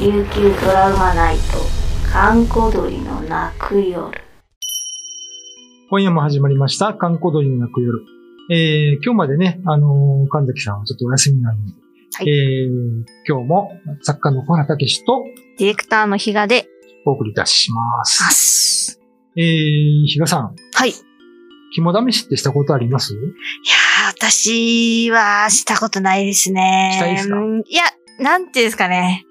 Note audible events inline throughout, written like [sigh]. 琉球ドラマナイト閑古鳥の泣く夜今夜も始まりました、観光鳥の泣く夜。えー、今日までね、あのー神崎さんはちょっとお休みなんで、はいえー、今日も作家の小原武史とディレクターの比嘉でお送りいたします。すえー、比嘉さん、はいいや肝試しってしたことありますー私はしたことないですねしたいですかうんいやなんていうんですかね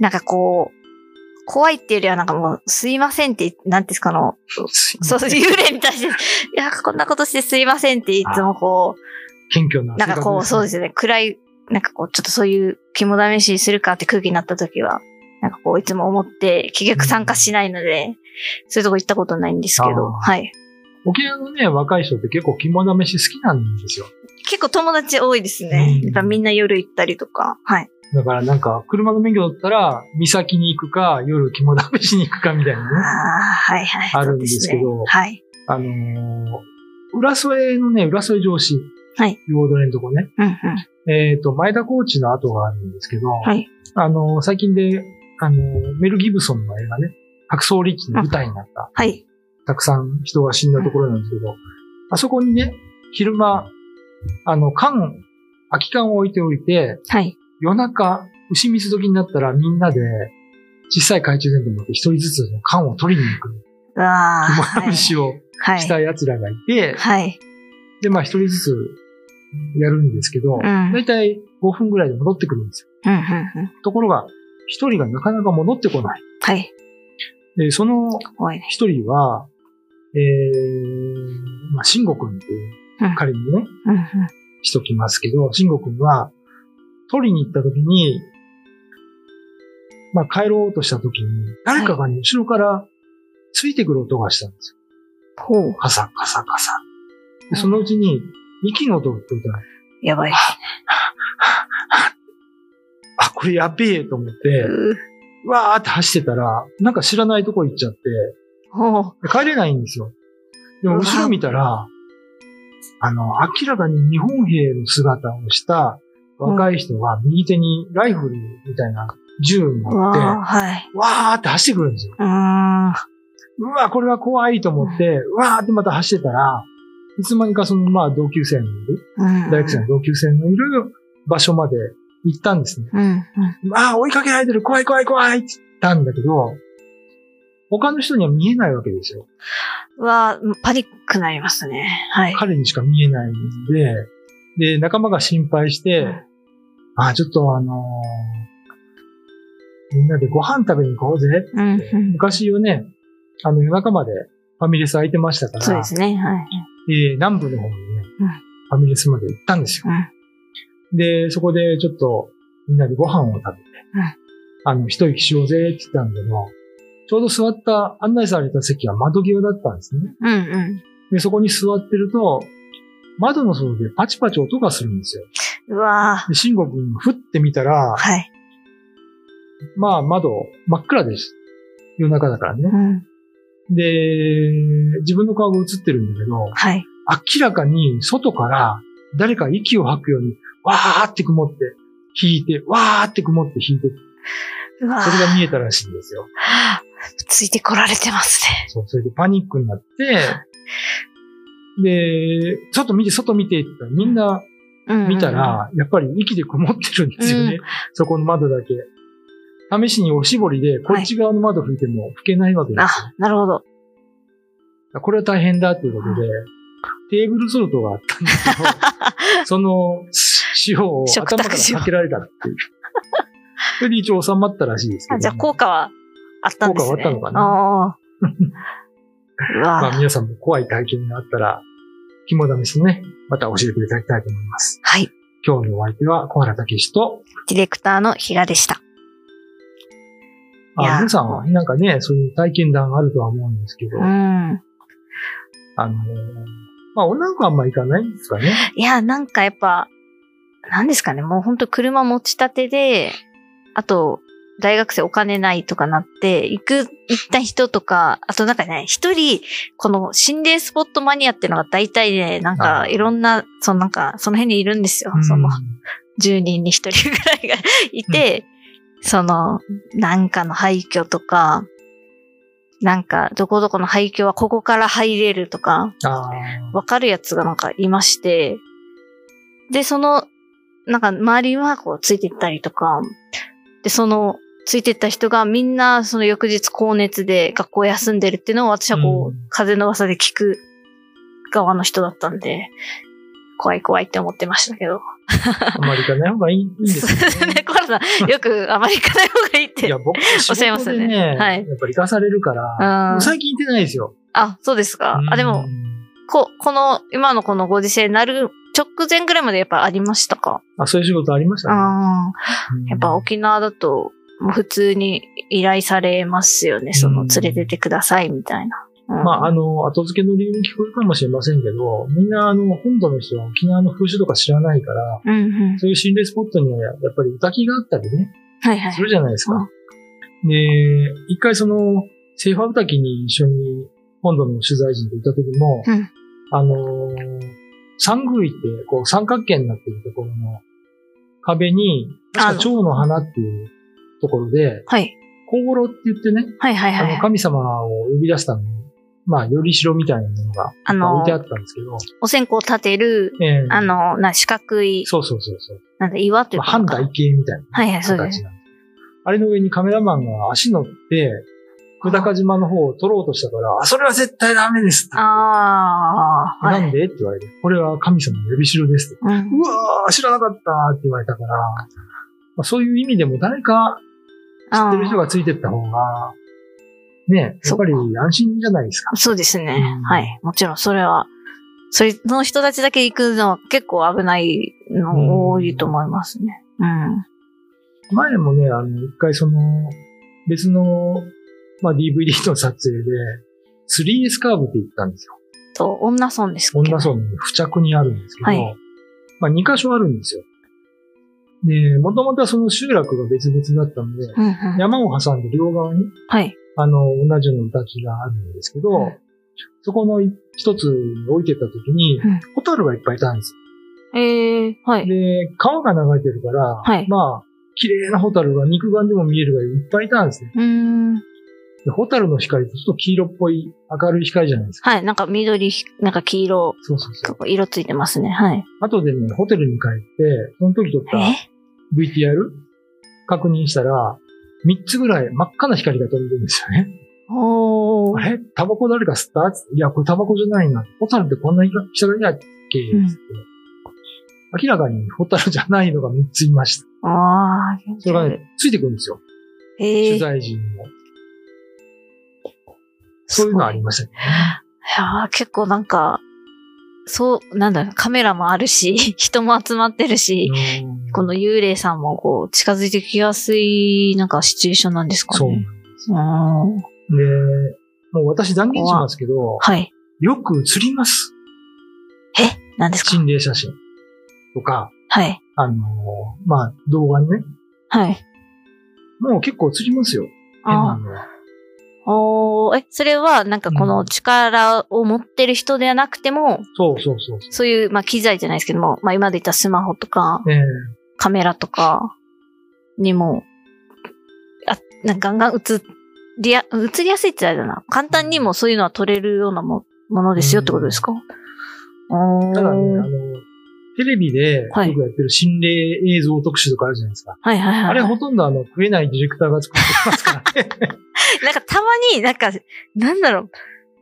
なんかこう怖いっていうよりはなんかもう、すいませんって、なんていうんですかあの、そう、幽霊に対して、いや、こんなことしてすいませんっていつもこう、 [laughs] 謙虚な性格ですね。。なんかこう、そうですすよね。暗い、なんかこう、ちょっとそういう肝試しするかって空気になった時は、なんかこう、いつも思って、結局参加しないので、そういうとこ行ったことないんですけど、あーはい。沖縄のね、若い人って結構肝試し好きなんですよ。結構友達多いですね。うんやっぱみんな夜行ったりとか、はい。だからなんか、車の免許だったら、岬に行くか、夜肝試しに行くかみたいああ、なね。はいはい。あるんですけどそうねはい。あのー、浦添のね、浦添上司。はい。ロードレのとこね。うんうん。えっ、と、前田コーチの跡があるんですけど、はい。あのー、最近で、あのー、メル・ギブソンの映画ね、白装リッチの舞台になった、はい。たくさん人が死んだところなんですけど、あそこにね、昼間、あの、缶、空き缶を置いておいて、はい。夜中、牛水時になったらみんなで、小さい懐中電灯持って一人ずつの缶を取りに行く、うわあ。肝試しをはしい。た奴らがいて、はい。で、まあ一人ずつやるんですけど、んだいたい5分ぐらいで戻ってくるんですうよ。んうんうん。ところが、一人がなかなか戻ってこない。はい。で、その怖いね。一人は、えー、まあ、慎吾くんっていううん、仮にね、うんうん。しときますけど、慎吾くんは、取りに行った時に、まあ、帰ろうとした時に、誰かがね、後ろからついてくる音がしたんですよ。ほう。カサカサカサ。でそのうちに、息の音が聞こえたら、やばい。あ、これやべえと思って、うーわーって走ってたら、なんか知らないとこ行っちゃって、ほう。で帰れないんですよ。でも、うわ後ろ見たら、あの、明らかに日本兵の姿をした若い人が右手にライフルみたいな銃をう持って、わあ、はい。わーって走ってくるんですよ。うーん。うわー、これは怖いと思って、うわーってまた走ってたら、いつまにかその、まあ、同級生のいる、大大学生の同級生のいる場所まで行ったんですね。うん、うん。まあ、追いかけられてる、怖い怖い怖いって言ったんだけど、他の人には見えないわけですよ。うわあパニックになりますね。はい。彼にしか見えないんで、で、仲間が心配して、あ、ちょっとあのーみんなでご飯食べに行こうぜ。うん、うん。昔はね、あの夜中までファミレス空いてましたから、そうですね。はい。えー南部の方にね、うんファミレスまで行ったんですよ。で、そこでちょっとみんなでご飯を食べて、うんあの、一息しようぜって言ったんだけど、ちょうど座った、案内された席は窓際だったんですね。うん、うん、うん。で、そこに座ってると、窓の外でパチパチ音がするんですよ。うわあで、慎吾くんが振ってみたら、はい。まあ窓真っ暗です。夜中だからねう。ん、で、自分の顔が映ってるんだけど、はい。明らかに外から誰か息を吐くように、わーって曇って、引いて、わーって曇って引いて、うわそれが見ええたらしいんですよ。ついてこられてますね。そう、それでパニックになって、で、外見て、外見てって言ったらみんなうんうん見た、ら、やっぱり息でこもってるんですようね。んそこの窓だけ。試しにおしぼりで、こっち側の窓拭いても拭けないわけですよ。あ、なるほど。これは大変だということで、テーブルソルトがあったんです [laughs] けど、その塩を食頭卓から塩かけられたっていう。それで一応収まったらしいですけど、あじゃあ効果はあったんですね。効果はあったのかなあーうまわああ皆さんも怖い体験があったら、肝試しね、また教えていただきたいと思います。はい。今日のお相手は小原武史と、ディレクターの比嘉でした。いやあ皆さんはなんかね、そういう体験談があるとは思うんですけど、うん。あのーまあ女の子はあんま行かないんですかね。いや、なんかやっぱ、なんですかね、もうほんと車持ちたてで、あと、大学生お金ないとかなって、行く、行った人とか、あとなんかね、一人、この心霊スポットマニアっていうのが大体ね、なんあかーいろんな、そのなんか、その辺にいるんですよ。う [laughs] んその、10人に1人ぐらいがいて、その、なんかの廃墟とか、なんか、どこどこの廃墟はここから入れるとか、ああ。わかるやつがなんかいまして、で、その、なんか周りはこうついてったりとか、で、その、ついてった人がみんなその翌日高熱で学校休んでるっていうのを私はこう、うん風の噂で聞く側の人だったんで、怖い怖いって思ってましたけど。あんまり行かない方がいいいいんです [laughs] よね。コロナ、 [laughs] よくあまり行かない方がいいっいて。や、僕、仕おっしゃいます事よでねね、はいやっぱり行かされるかうら、ん最近行ってないですよ。あ、そうですか。あ、でもう、ん。こ、この、今のこのご時世になる直前ぐらいまでやっぱありましたか。あ、そういう仕事ありましうたね。ん。うんやっぱ沖縄だと、もう普通に依頼されますよね。その、うん連れてってくださいみたいな。うんまあ、あの、後付けの理由に聞こえるかもしれませんけど、みんな、あの、本土の人は沖縄の風習とか知らないから、うんうん。そういう心霊スポットにはやっぱり歌きがあったりね、はいはすい。るじゃないですか。で、一回その、セーファー歌きに一緒に本土の取材陣といた時も、うんあのー、三宮って、こう三角形になってるところの壁に、あ確のか蝶の花っていうところで、はい。香炉って言ってね、はいはいあはの、い。神様を呼び出したのに、まあ、より城みたいなものが、あの置いてあったんですけど、お線香立てる、ええあの、な、四角い、そうそうそうそう。なんだ、岩というまあ、か。半台形みたいなはいはい、そう形なんで。ですす。あれの上にカメラマンが足乗って、久高島の方を撮ろうとしたから、あ、それは絶対ダメですって。ああ、はなんい。でって言われて、これは神様の呼び城ですって。うんうわー、知らなかったって言われたから、まあ、そういう意味でも誰か知ってる人がついてった方が、ね、やっぱり安心じゃないですか。そうですね。うんはい。もちろん、それは、それ、その人たちだけ行くのは結構危ないの多いと思いますね。うん。前もね、あの、一回その、別の、まあ、DVD の撮影で、3S カーブって言ったんですよ。と、女村ですっけ女村に付着にあるんですけど、はいまあ、2箇所あるんですよ。で、もともとはその集落が別々だったので、うんうん。山を挟んで両側に、はい。あの、同じような滝があるんですけど、うんそこの一つに置いてった時にうん、ホタルがいっぱいいたんですええはい。よ。で、川が流れてるから、はいまあ、綺麗なホタルが肉眼でも見えるぐらいいっぱいいたんですね。うーん。でホタルの光ってちょっと黄色っぽい明るい光じゃないですか。はい。なんか緑、なんか黄色、そうそうそう。色ついてますね。はい。後でね、ホテルに帰って、その時撮ったえ VTR 確認したら、3つぐらい真っ赤な光が飛んでるんですよね。おあー。れタバコ誰か吸ったつっていや、これタバコじゃないな。ホタルってこんな人がいないっけうんつって。明らかにホタルじゃないのが3ついました。あー。それがね、ついてくるんですよ。え取え材陣も。そういうのはありましたね。いやー結構なんか、そう、なんだろう、カメラもあるし、 [laughs] 人も集まってるし、うんこの幽霊さんもこう、近づいてきやすい、なんかシチュエーションなんですかね。そうう。ーん。で、もう私断言しますけど、はい。よく写ります。何ですか心霊写真とか、はい。あのーまあ、動画にね。はい。もう結構写りますよ。変なあのは。あ。おーえ、それは、なんかこうのん力を持ってる人ではなくても、そうそうそうそそういう、まあ、機材じゃないですけども、まあ、今で言ったスマホとか、う。ええカメラとかにも、あ、なんかガンガン映りや、映りやすいってあれだな。簡単にもそういうのは撮れるようなもものですよってことですか、おーただね、あのテレビでよくはやいってる心霊映像特集とかあるじゃないですか。はいはいはい。あれほとんどあの、食えないディレクターが作ってま [laughs] すからね。なんかたまになんか、なんだろう。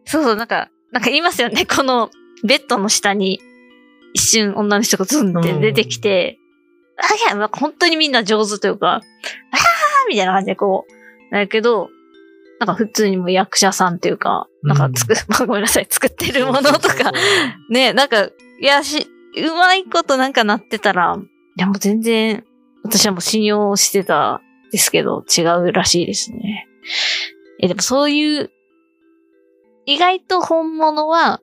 そうそう、なんか、なんか言いますよね。このベッドの下に一瞬女の人がズンって出てきて、あ、いや、なんか本当にみんな上手というか、あーみたいな感じでこう、なるけど、なんか普通にもう役者さんというか、なんかつく、 [laughs] まあごめんなさい、作ってるものとそうそうか、そうね、なんか、いやし、うまいことなんかなってたら、いやもう全然、私はもう信用してたんですけど、違うらしいですね。え、でもそういう、意外と本物は、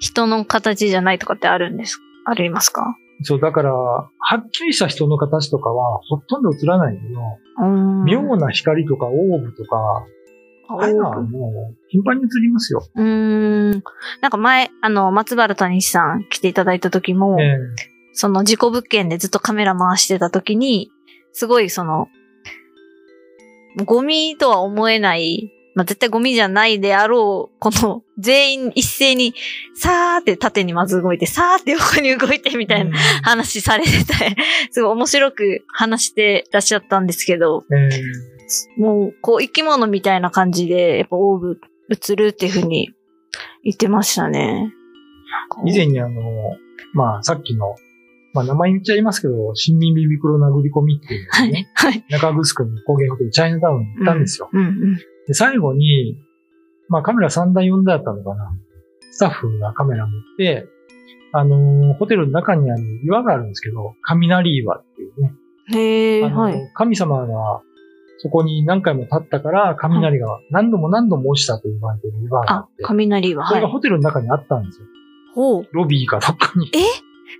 人の形じゃないとかってあるんです、ありますかそう、だから、はっきりした人の形とかはほとんど映らないけど、うーん。妙な光とかオーブとか、ああいうのはもう頻繁に映りますよ。うーん。なんか前、あの、松原谷さん来ていただいた時も、ええその事故物件でずっとカメラ回してた時に、すごいその、ゴミとは思えない、まあ、絶対ゴミじゃないであろう、この全員一斉に、さーって縦にまず動いて、さーって横に動いてみたいなな。話されてて、 [laughs] すごい面白く話してらっしゃったんですけど、えーもう、こう、生き物みたいな感じで、やっぱ、オーブ映るっていうふうに言ってましたね。以前にあの、まあ、さっきの、まあ、名前言っちゃいますけど、森林ビビクロ殴り込みっていうのはをいね、、 [laughs] はい。中城の高原ホテル、チャイナタウンに行ったんですよ。うんうん。で、最後に、まあ、カメラ3台4台だったのかな。スタッフがカメラ持って、あのーホテルの中にある岩があるんですけど、雷岩っていうね。へえ、あのはい。神様がそこに何回も立ったから、雷が何度も何度も落ちたと言われてる岩がああって、、雷は、そはれがい。ホテルの中にあったんですよ。ほう。ロビーかどっかに。え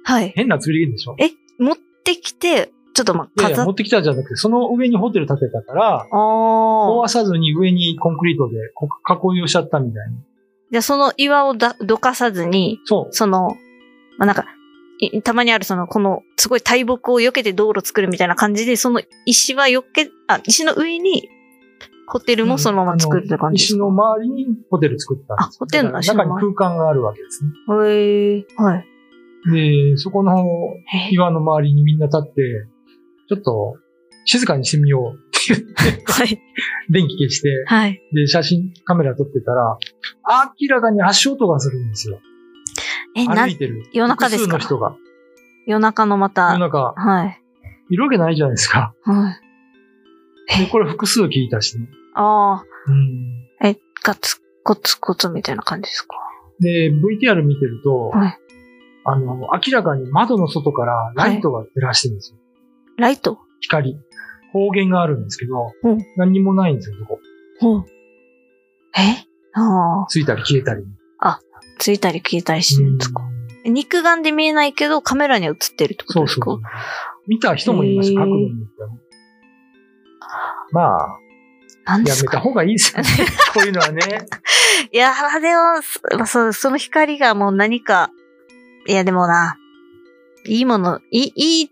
はい。変な釣りでしょ持ってきて、ちょっとまあ、いやいや、飾っ持ってきたじゃなくて、その上にホテル建てたから、ああ。壊さずに上にコンクリートでこ囲いをしちゃったみたいな。じゃあその岩をだどかさずに、そう。その、まあ、なんか、いたまにあるその、この、すごい大木を避けて道路作るみたいな感じで、その石は避け、あ、石の上に、ホテルもそのまま作るって感じです石か、の周りにホテル作ったんですあホテルのだから中に空間があるわけですへえはい。ね。で、そこのへえ岩の周りにみんな立って、ちょっと静かにしてみよう。はい。電気消して、はい。で、写真、カメラ撮ってたら、明らかに足音がするんですよ。え、な歩い、てる。夜中ですか複数の人が。夜中のま夜た、中、はい。いるわけないじゃないですか。はい。で、これ複数聞いたしね。あうんあ、え、ガツコツコツみたいな感じですかで、VTR 見てると、はいあの、明らかに窓の外からライトが照らしてるんですよ。ライト光。光源があるんですけど、うん何にもないんですよ、そこ。ほう。えああ、ついたり消えたり。ついたり消えたりしてるんですか、うん肉眼で見えないけど、カメラには映ってるってことそうですそかう。見た人もいました、へー角度によってはまあ、なんでやすめかた方がいい [laughs] ですよね。こういうのはね。いや、でも、そまあそう、その光がもう何か、いや、でもな、いいもの、いい、いい、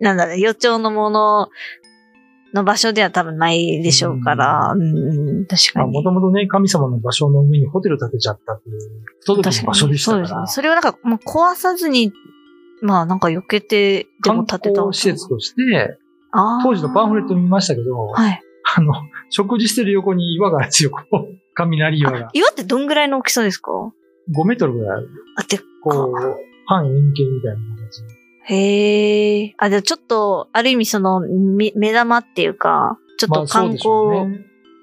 なんだろう、予兆のものの場所では多分ないでしょうから、うん、うん確かまあ、に。もともとね、神様の場所の上にホテル建てちゃったっていう、不届き確かの場に所でしたそうかですらね。。それをなんか、もう壊さずに、まあなんか避けて、でも観建てた光施設として、あー当時のパンフレット見ましたけど、はい。あの、食事してる横に岩があるんですよ、こう。雷岩あが。岩ってどんぐらいの大きさですか5メートルぐらいある。あ、でっかこう、半円形みたいな形。へえ。あ、じゃあちょっと、ある意味その、み目玉っていうか、ちょっと観光を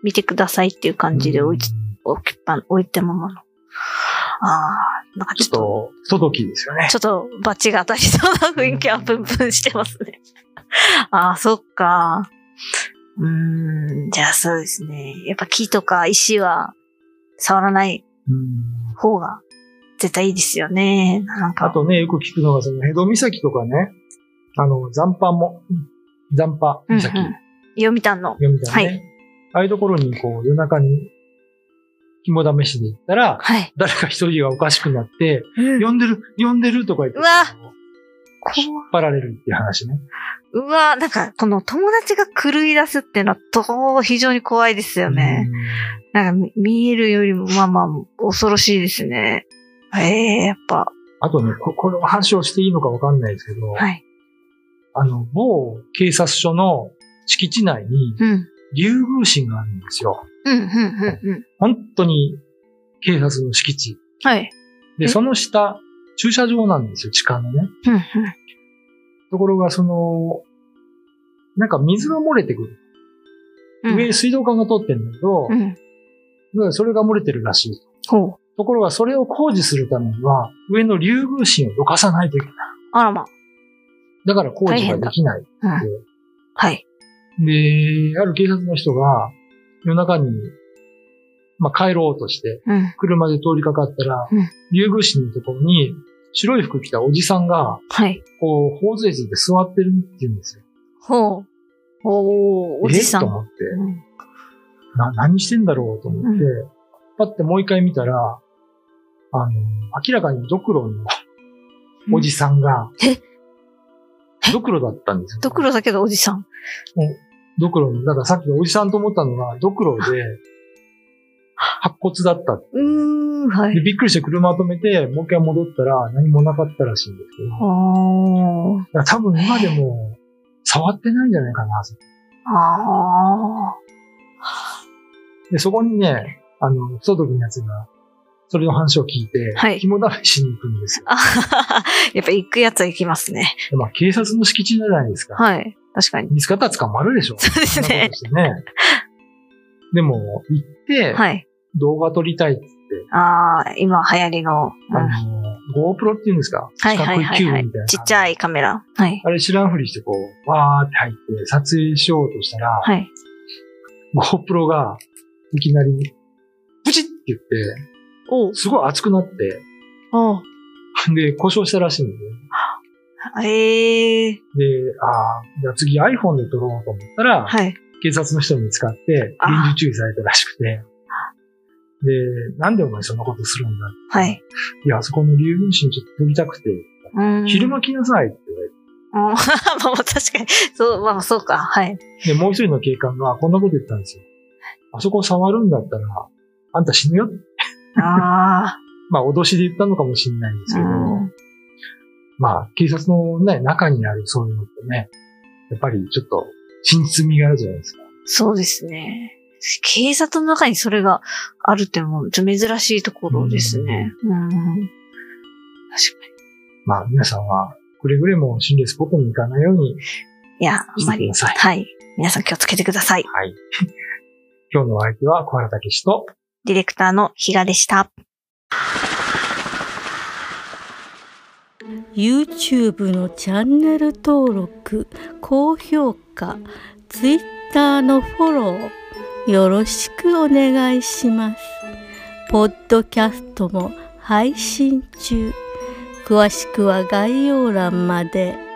見てくださいっていう感じで置いて、うん置きっぱ、置いたままの。ああ、なんかちちょょっっと、と、不届きですよね。 [laughs] ちょっと、バチが当たりそうな雰囲気はプンプンしてますね。ああ、そっか。うーん、じゃあそうですね。やっぱ木とか石は、触らないうん方が、絶対いいですよね。なんあか。とね、よく聞くのが、その、江戸岬とかね、あの、残波も、残波うんうん、岬、読谷の。読みたいはね。ああいうところに、こう、夜中に、肝試しで行ったら、はい。誰か一人がおかしくなって、うん呼んでる、呼んでるとか言って、うわこ怖引っ張られるっていう話ね。うわなんか、この友達が狂い出すっていうのは、と、非常に怖いですよね。なんか、み見えるよりも、まあまあ、恐ろしいですね。ええやっぱ、あとね、ここの話をしていいのかわかんないですけど、はい。あの、某警察署の敷地内にうん。竜宮神があるんですよ。うん、うん、うん、うん。本当に警察の敷地。はい。で、えその下、駐車場なんですよ、地下のね。うん、うん。ところが、その、なんか水が漏れてくる。うん上に水道管が通ってるんだけどう、ん。でそれが漏れてるらしい。ほう。ところが、それを工事するためには、上の竜宮神をどかさないといけない。あらま。だから工事ができない。うん。はい。で、ある警察の人が夜中に、まあ、帰ろうとして、うん。車で通りかかったらうん、竜宮市のところに白い服着たおじさんが、はい。こう、頬杖ついて座ってるって言うんですよ。ほう。おー、おじさえとん。思って、うんな、何してんだろうと思って、パッてもう一回見たら、あの、明らかにドクロのおじさんがええ、ドクロだったんですよ。ドクロだけどおじさん。ドクロの、だからさっきおじさんと思ったのが、ドクロで、白骨だったって。うーん、はで、い。びっくりして車止めて、もう一回戻ったら何もなかったらしいんですけど、だあーから多分今でも触ってないんじゃないかな。あで、そこにね、あの、不届きのやつが、それの話を聞いて、はい紐だめしに行くんですよ。ー。あははやっぱ行くやつは行きますね。でまあ、警察の敷地じゃないですか。はい。確かに。見つかったら捕まるでしょ。そうですそんなこねと。してね。でも、行って、はい。動画撮りたいっつって、ああ、今流行りの。うんあの、GoPro っていうんですかはいはいはい、四角はい球いみたいな。ちっちゃいカメラ。はい。あれ知らんふりしてこう、わーって入って撮影しようとしたら、はい。 GoPro がいきなり、ブチって言って、おうすごい熱くなって、おうで、故障したらしいんで、ええー。で、あーじゃあ次 iPhone で撮ろうと思ったら、はい。警察の人に見つかって、あー臨時注意されたらしくて、で、なんでお前そんなことするんだはい。いや、あそこの竜宮神ちょっと撮りたくて、うーん昼間来なさいって言うん [laughs] まわれあまあ確かに。そう、まあそうか。はい。て。で、もう一人の警官がこんなこと言ったんですよ。あそこ触るんだったら、あんた死ぬよ。ああ。まあ、脅しで言ったのかもしれないんですけど、うんまあ、警察のね、中にあるそういうのってね、やっぱりちょっと真実味があるじゃないですか。そうですね。警察の中にそれがあるってもうちょっと珍しいところですね。うん。確かまあ、皆さんは、くれぐれも心霊スポットに行かないように、に。いや、あんまり。してくださいはい。皆さん気をつけてください。はい。 [laughs] 今日のお相手は小原武史と、ディレクターの比嘉でした。 YouTube のチャンネル登録高評価 Twitter のフォローよろしくお願いしますポッドキャストも配信中詳しくは概要欄まで。